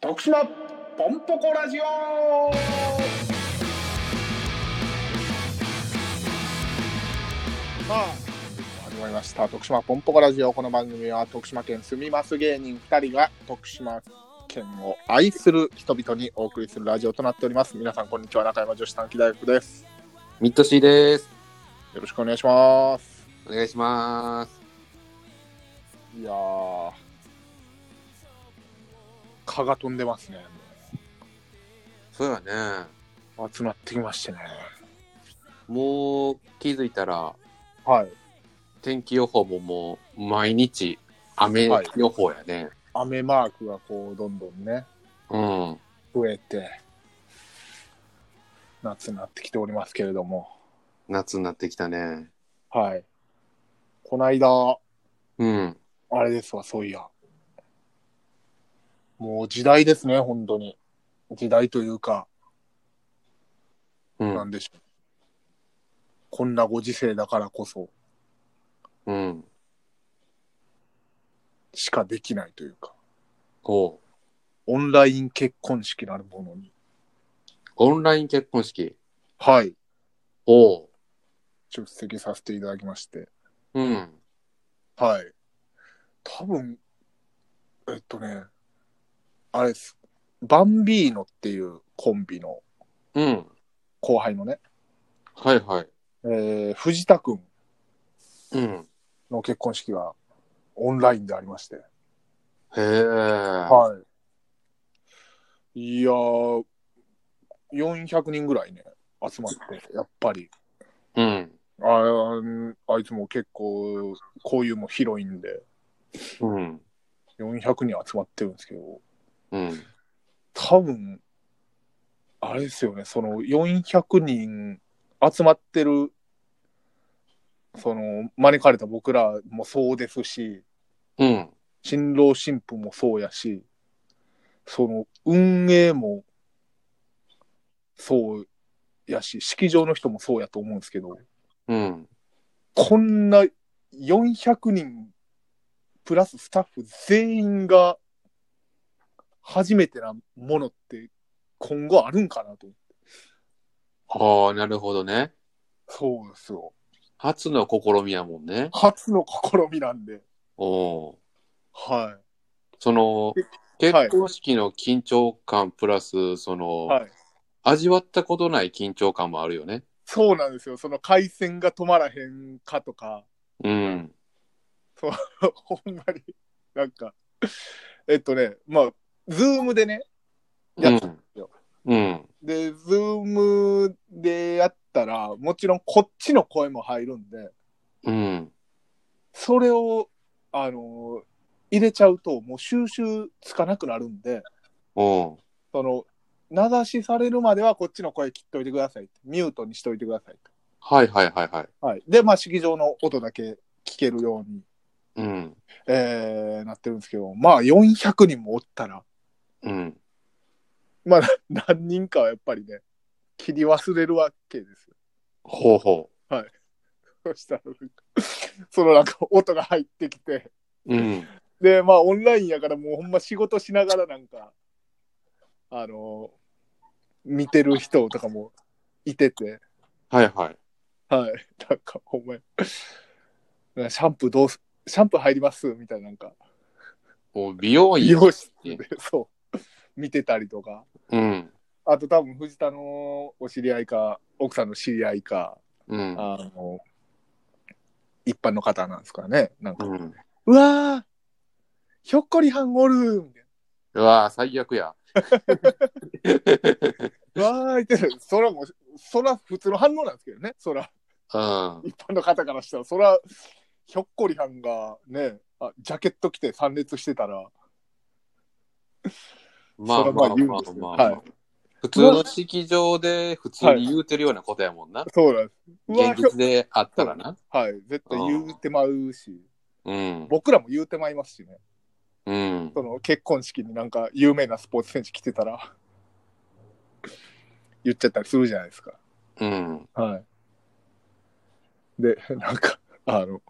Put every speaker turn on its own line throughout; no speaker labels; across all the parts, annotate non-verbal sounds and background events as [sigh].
徳島ポンポコラジオさあ始まりました徳島ポンポコラジオこの番組は徳島県住みます芸人2人が徳島県を愛する人々にお送りするラジオとなっております皆さんこんにちは中山女子短期大学です
ミッドシーです。
よろしくお願いします
お願いします。
いやー蚊が飛んでますね
そうやね。
もう集まってきましてね
もう気づいたら、
はい
天気予報ももう毎日雨
はい
予報やね。
雨マークがこうどんどんね
うん。
増えて夏になってきておりますけれども
夏になってきたね。
はいこないだ
うん。
あれですわそういやもう時代ですね本当に時代というか、
う
なん
ん。
でしょうこんなご時世だからこそ
うん。
しかできないというか
こう。
オンライン結婚式なるものに
オンライン結婚式。
はい
おう。
出席させていただきまして
うん。
はい。多分、えっとね、あれです。バンビーノっていうコンビの
うん。
後輩のね、
はいはい。
えー藤田くん
うん。
の結婚式がオンラインでありまして。。
へえ。はい
いやー、400人ぐらいね、集まって、やっぱり。
い。うん。
あーあいつも結構、こういうも広いんで、
うん。
400人集まってるんですけど、
うん。
多分あれですよねその400人集まってるその招かれた僕らもそうですし
うん。
新郎新婦もそうやしその運営もそうやし式場の人もそうやと思うんですけど
うん。
こんな400人プラススタッフ全員が初めてなものって今後あるんかなと。
ああ、なるほどね。
そうですよ。
初の試みやもんね。
初の試みなんで。
おう。
は
その
はい
結婚式の緊張感プラスそ
い。
の、
はい。
味わったことない緊張感もあるよね。
そうなんですよ。その回線が止まらへんかとか、 [laughs]
うん。
ほんまに、なんか、えっとね、まあ、ズームでね、
う
やっ
ん。
よ
うん。
で、ズームでやったら、もちろんこっちの声も入るんで、
うん。
それを、あの入れちゃうと、もう収集つかなくなるんで、
おう。
その、名指しされるまではこっちの声切っといてください。ミュートにしといてください。
はいはいはいはい。
はい、で、まあ、式場の音だけ聞けるように、
うん。
えーなってるんですけど、まあ、400人もおったら、
うん。
何人かはやっぱりね、切り忘れるわけですよ。
ほうほ
そしたらなんか、そのなんか音が入ってきて、
う。うん。
で、まあ、オンラインやから、もうほんま仕事しながらなんか、あの見てる人とかもいてて、
はいはい。
はい、 [laughs] なんか、ほんまに、なんかシャンプーどうす、シャンプー入りますみたいな、なんか、
もう美容院。
美容室で、そう、見てたりとか、
うん。
あと多分藤田のお知り合いか、奥さんの知り合いか、
うん。
あの、一般の方なんですかね。なんか、
うん。
うわー、ひょっこりはんおるみたいう
わー最悪や。
な。わーいって、そらもう、そら普通の反応なんですけどね、そら、
うん。
一般の方からしたら、そら、ひょっこりはんがね、あジャケット着て参列してたら、それはまあ
まあまあま
言うんで
あ
すけど
ま
は
あ。
い
普通の式場で普通に言うてるようなことやもんな。
そうなんです。うわー
現
ひょ
実であったらな。
はい、絶対言うてまうし、
うん。
僕らも言うてまいますしね。
うん。
その結婚式になんか有名なスポーツ選手来てたら言っちゃったりするじゃないですか。
うん。
はい。で、 [laughs] なんか、あの、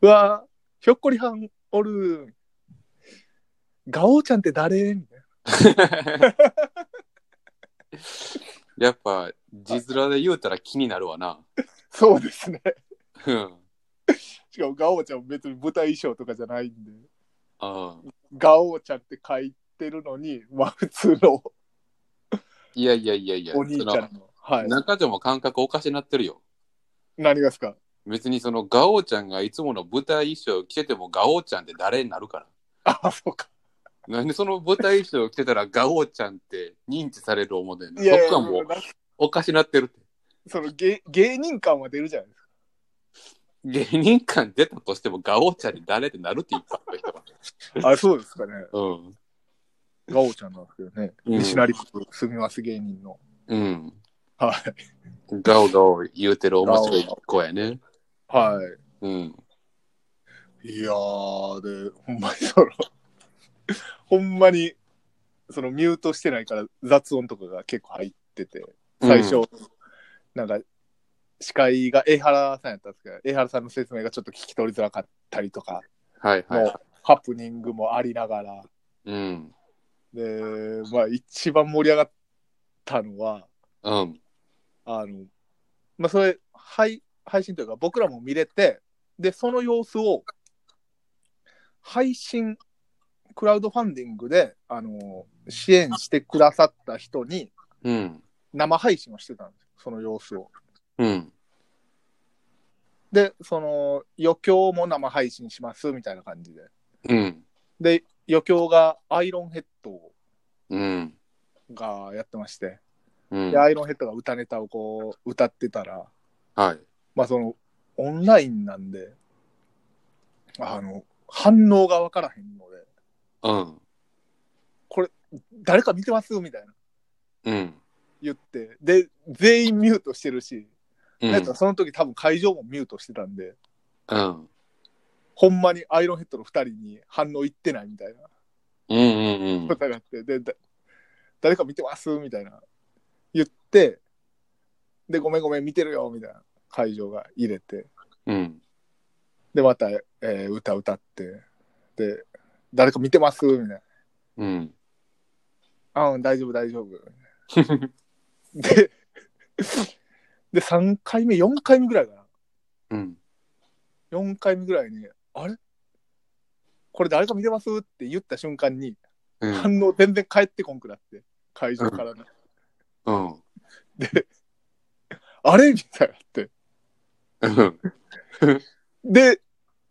うわーひょっこりはんおるーガオーちゃんって誰みたいな。
[laughs] やっぱ、字面で言うたら気になるわな。 [laughs]
そうですね。 [laughs]
うん。
しかも、ガオーちゃんも別に舞台衣装とかじゃないんで、
ああ
ガオーちゃんって書いてるのに、まあ、普通の
いやいやいやいや、
お兄ちゃんの。は
そ
い
の。中条も感覚おかしなってるよ。
何がですか [laughs]
別にそのガオちゃんがいつもの舞台衣装着ててもガオちゃんって誰になるから。
あ、そうか。
なんでその舞台衣装着てたら [laughs] ガオちゃんって認知される思うねんな。
いやい
そ
や、
っかもう
なんか
おかしなってるって。
その芸芸人感は出るじゃないですか。
芸人間出たとしてもガオちゃんに誰ってなる
[laughs]
って一般の人は。
あ、そうですかね。
うん。
ガオちゃんなんですけどね。
うん
西成区住みます芸人の。
うん。
はい。
ガオガオ言うてる面白い子やね。
は
うん。
い。いやー、で、ほんまにその、 [laughs] ほんまに、そのミュートしてないから雑音とかが結構入ってて、最初、
うん
なんか、司会が江原さんやったんですけど、江原さんの説明がちょっと聞き取りづらかったりとか
はいは
の
いはい。
ハプニングもありながら、
うん。
で、まあ、一番盛り上がったのは、
うん。
あの、まあ、それ、配、配信というか、僕らも見れて、で、その様子を、配信、クラウドファンディングで、あの、支援してくださった人に、
うん。
生配信をしてたんですよ、その様子を。
うん。
で、その、余興も生配信します、みたいな感じで。
うん。
で、余興が、アイロンヘッド
うん。
がやってまして、
うん
で、。アイロンヘッドが歌ネタをこう、歌ってたら、
はい。
まあそのオンラインなんで、あの、反応が分からへんので、
うん。
誰か見てますみたいな
うん。
言って、で、全員ミュートしてるし、
う
なん
ん
やったらその時多分会場もミュートしてたんで、
うん。
ほんまにアイロンヘッドの2人に反応いってないみたいな
うんうん
ことがあって、で、だ誰か見てますみたいな言って、で、ごめんごめん見てるよみたいな会場が入れて、
うん。
で、また、えー歌歌って、で、誰か見てますみたいな。
うん。
あうん、大丈夫、大
[laughs]
丈夫。で、で、3回目、4回目ぐらいか
うん。
な。4回目ぐらいに、あれこれ誰か見てますって言った瞬間に、
うん。
反応全然返ってこんくなって、会場からの。
うん。
で、あれみたいになって。
うん。
で、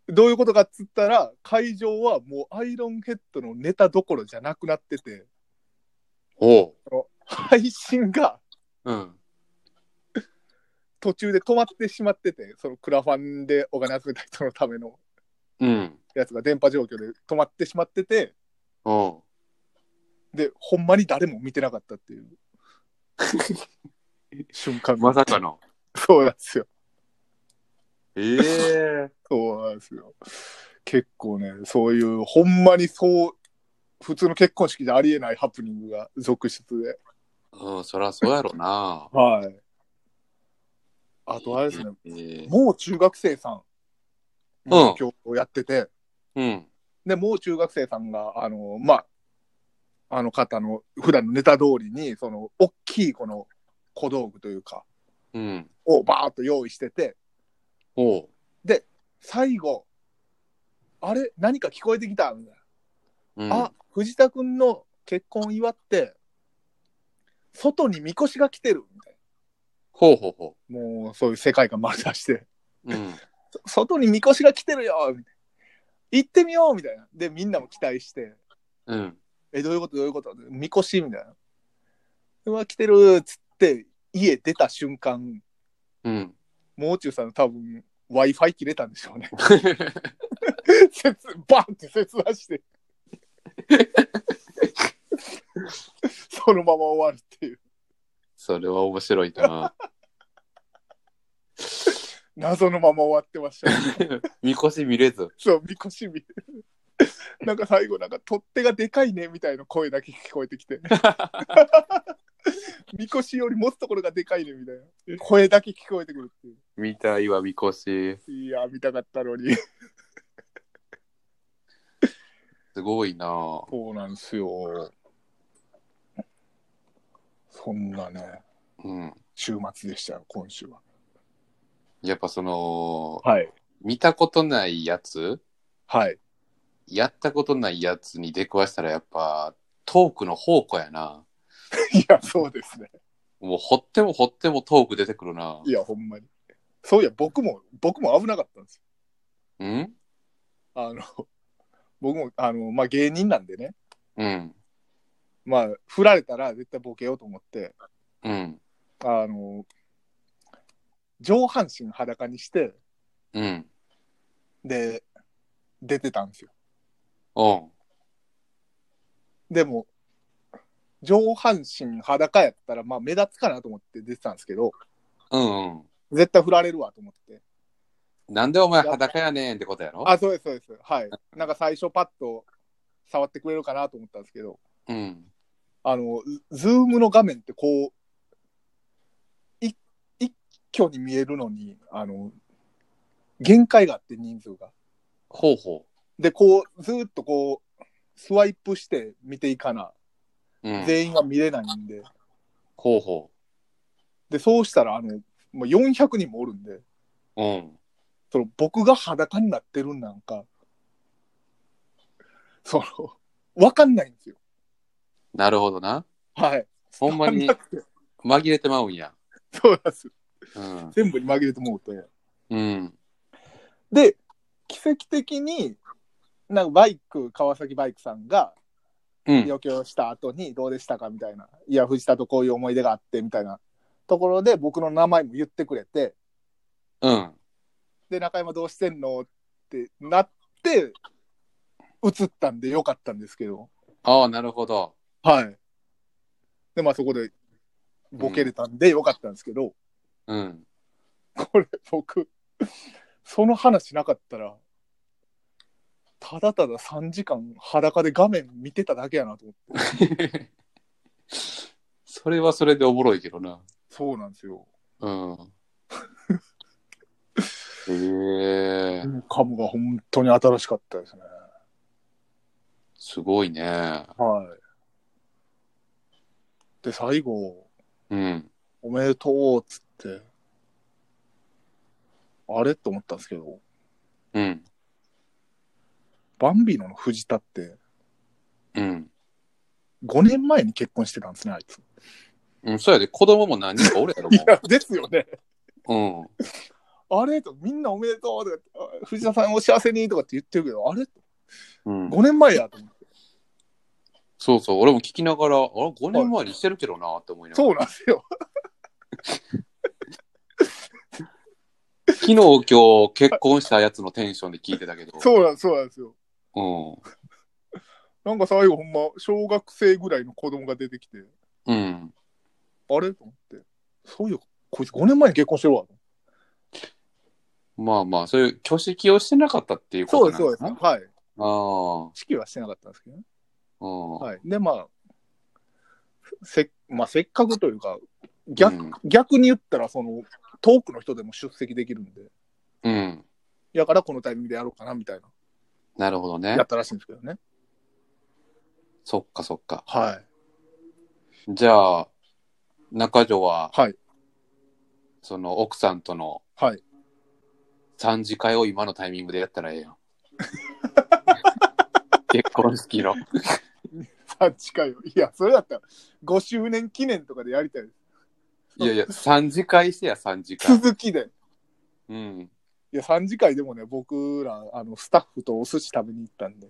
どういうことかっつったら、会場はもうアイロンヘッドのネタどころじゃなくなってて、
おう。
配信が
うん。
途中で止まってしまってて、そのクラファンでお金集めた人のための。
うん。
やつが電波状況で止まってしまってて、
おう。
で、ほんまに誰も見てなかったっていう瞬間
まさかの。
そうなんですよ。
ええ。
そうなんですよ。結構ね、そういう、ほんまにそう、普通の結婚式じゃありえないハプニングが続出で。
うん、そらそうやろな。
はい。あと、あれですね、
ええ。
もう中学生さん、今日やってて、
うん。
で、もう中学生さんが、あの、まあ、あの方の普段のネタ通りに、その、大きいこの小道具というか、
うん。
をバーっと用意してて、
おう。
最後、あれ何か聞こえてきたみたい
うん。
な。あ、藤田君の結婚祝って、外にみこしが来てるみたい
ほうほうほ
な。もう、そういう世界観丸出して、
う。うん。
そ外にみこしが来てるよみたいな行ってみようみたいな。で、みんなも期待して、
うん。
え、どういうことどういうことみこしみたいな。うわ、来てるっつって、家出た瞬間、
うん。
もう中さん多分、Wi-Fi 切れたんでしょうね。 [laughs] 切バンって切断して。 [laughs] そのまま終わるっていう、
[laughs] それは面白いな。 [laughs]
謎のまま終わってました。 [laughs]
みこし見れず。
そう、みこしみ。 [laughs] なんか最後、なんか取っ手がでかいねみたいな声だけ聞こえてきて。みこしより持つところがでかいねみたいな声だけ聞こえてくるっていう。
見たいわ、みこし。
いや、見たかったのに。
すごいな。
そうなんですよ。そんなね、
うん。
週末でしたよ、今週は。
やっぱその、
はい。
見たことないやつ、
はい。
やったことないやつに出くわしたらやっぱ、トークの宝庫やな。
いや、そうですね。
もう掘っても掘ってもトーク出てくるな。
いや、ほんまに。そういや、僕も、僕も危なかったんです
うん
よ。あの、僕も、あの、まあ、芸人なんでね、
うん。
まあ、振られたら絶対ボケようと思って、
うん。
あの、上半身裸にして、
うん。
で、出てたんですよ。
おん。
でも、上半身裸やったら、まあ、目立つかなと思って出てたんですけど、
うんうん。
絶対振られるわと思って。
なんでお前裸やねんってことやろ
あ、そうです、そうです。はい。なんか最初パッと触ってくれるかなと思ったんですけど、
うん。
あの、ズズームの画面ってこう、い一挙に見えるのに、あの、限界があって人数が。
ほうほ
で、こう、ずーっとこう、スワイプして見ていかな。
う。うん。
全員が見れないんで。
ほうほ
で、そうしたら、あの、もう400人もおるんで、
う。うん。
その僕が裸になってるんなんか、その、わかんないんですよ。
なるほどな。
はい。
ほんまに
わかなくて
紛れてまうんや。
そうなんです。
うん。
全部に紛れてもうて。
うん。
で、奇跡的に、なんかバイク、川崎バイクさんが、
うん。
余興した後にどうでしたかみたいな。いや、藤田とこういう思い出があって、みたいなところで僕の名前も言ってくれて、
うん。
で、中山どうしてんのってなって、映ったんでよかったんですけど。
ああ、なるほど。
はい。で、まあそこでボケれたんでよかったんですけど、
うん。 [laughs]
これ僕、その話なかったら、ただただ3時間裸で画面見てただけやなと思って。
それはそれでおもろいけどな。
そうなんですよ。
うん。へえ
インカムが本当に新しかったですね。
すごいね。
はい。で、最後、
うん。
おめでとうっつって、あれと思ったんですけど、
うん。
バンビーノの藤田って、
うん。
5年前に結婚してたんですね、あいつ。
うん、そうやで、子供も何人かおるやろ、
[laughs]
も
いや、ですよね。
う。
あれと、みんなおめでとうとかって、あ藤田さんお幸せにとかって言ってるけど、あれ
うん。うん。
?5 年前やと思って。
そうそう、俺も聞きながら、あれ、5年前にしてるけどなって思いながら。
そうなんですよ。
昨日、今日、結婚したやつのテンションで聞いてたけど。
そうなんそうなんですよ。
う。
なんか最後ほんま、小学生ぐらいの子供が出てきて、
ん。うん。
あれと思って、そういう、こいつ5年前に結婚してるわ。
まあまあ、そういう挙式をしてなかったっていうこ
そう
と
で
な
す、そ
ん
うで
で
すす。
かね。
はい。
あ
式はしてなかったんですけどね。
あ。うん。
はい。で、まあ、せ,、まあ、せっかくというか、逆,、
逆。
逆に言ったら、その、遠くの人でも出席できるんで、
うん。
やからこのタイミングでやろうかな、みたい
なるほどね
な、やっ。たらしいんですけどね。
そっかそっか。
はい。
じゃあ、中条は、
はい。
その奥さんとの
はい。
三次会を今のタイミングでやったらええや
[laughs]
ん。結婚式の。
あ、近いよ。いや、それだったら、5周年記念とかでやりたいです。
いやいや、三次会してや、三次会。
続きで。
うん。
いや、3次会でもね、僕ら、あの、スタッフとお寿司食べに行ったんで、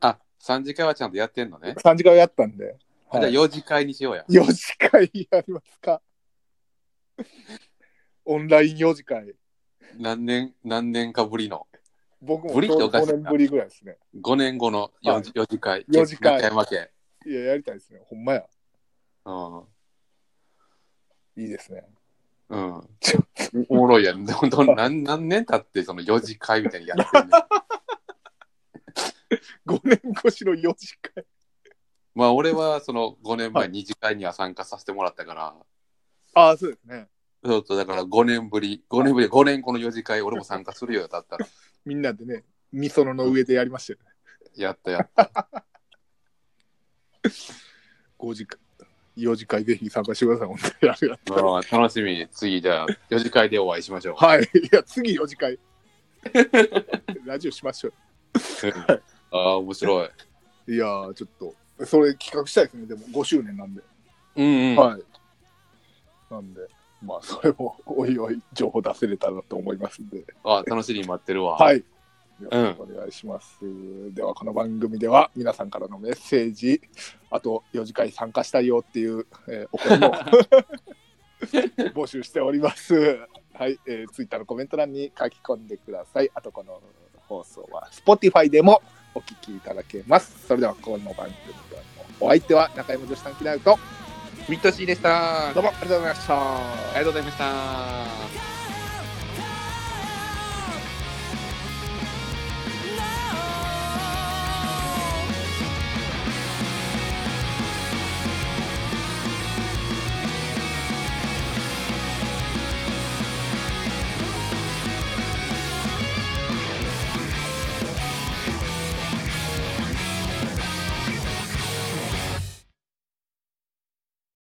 あ、三次会はちゃんとやってんのね。
3次会をやったんで、
じゃあ四次会にしようや。
4次会やりますか。オンライン4次会。
何年、何年かぶりの。
僕も
ぶりっておかしいな
5年ぶりぐらいですね。
5年後の
は
四
い
次四次会。
四次会
中山家。
いや、やりたいですね。ほんまや。
うん。
いいですね。
うん。おもろいや
[laughs]
ん。どんどん何何年経ってその四次会みたいにやって
[laughs]
んねん
5年越しの4次会。
まあ俺はその5年
は
前
い
二次会には参加させてもらったから、
ああ、そうですね。
ちょっとだから5年ぶり、5年ぶり、5年後の四次会俺も参加するよ、だったら。
みんなでね、みそのの上でやりましたよね。
やったやった。
5次会。 4次会ぜひ参加してください、本当にありがとう。
まあ楽しみに次じゃあ4次会でお会いしましょう。
はい、いや、次4次会。 [laughs] ラジオしましょ
ああ面白い。
う。いやー、ちょっと、それ企画したいですね、でも5周年なんで。
うんうん。
はい。なんで、まあ、それも、おいおい、情報出せれたらと思いますんで。
あ楽しみに待ってるわ。。
はいい。よろしくお願いします。では、この番組では、皆さんからのメッセージ、あと、4次会参加したいよっていう、えーお [laughs] 声も募集しております。はい、えー、ツイッターのコメント欄に書き込んでください。あと、この放送は Spotify でもお聞きいただけます。それでは、この番組でのお相手は中山女子短期大学と、
ミッドシーでした。あ
どうもありがとうございました。
りがとうございました。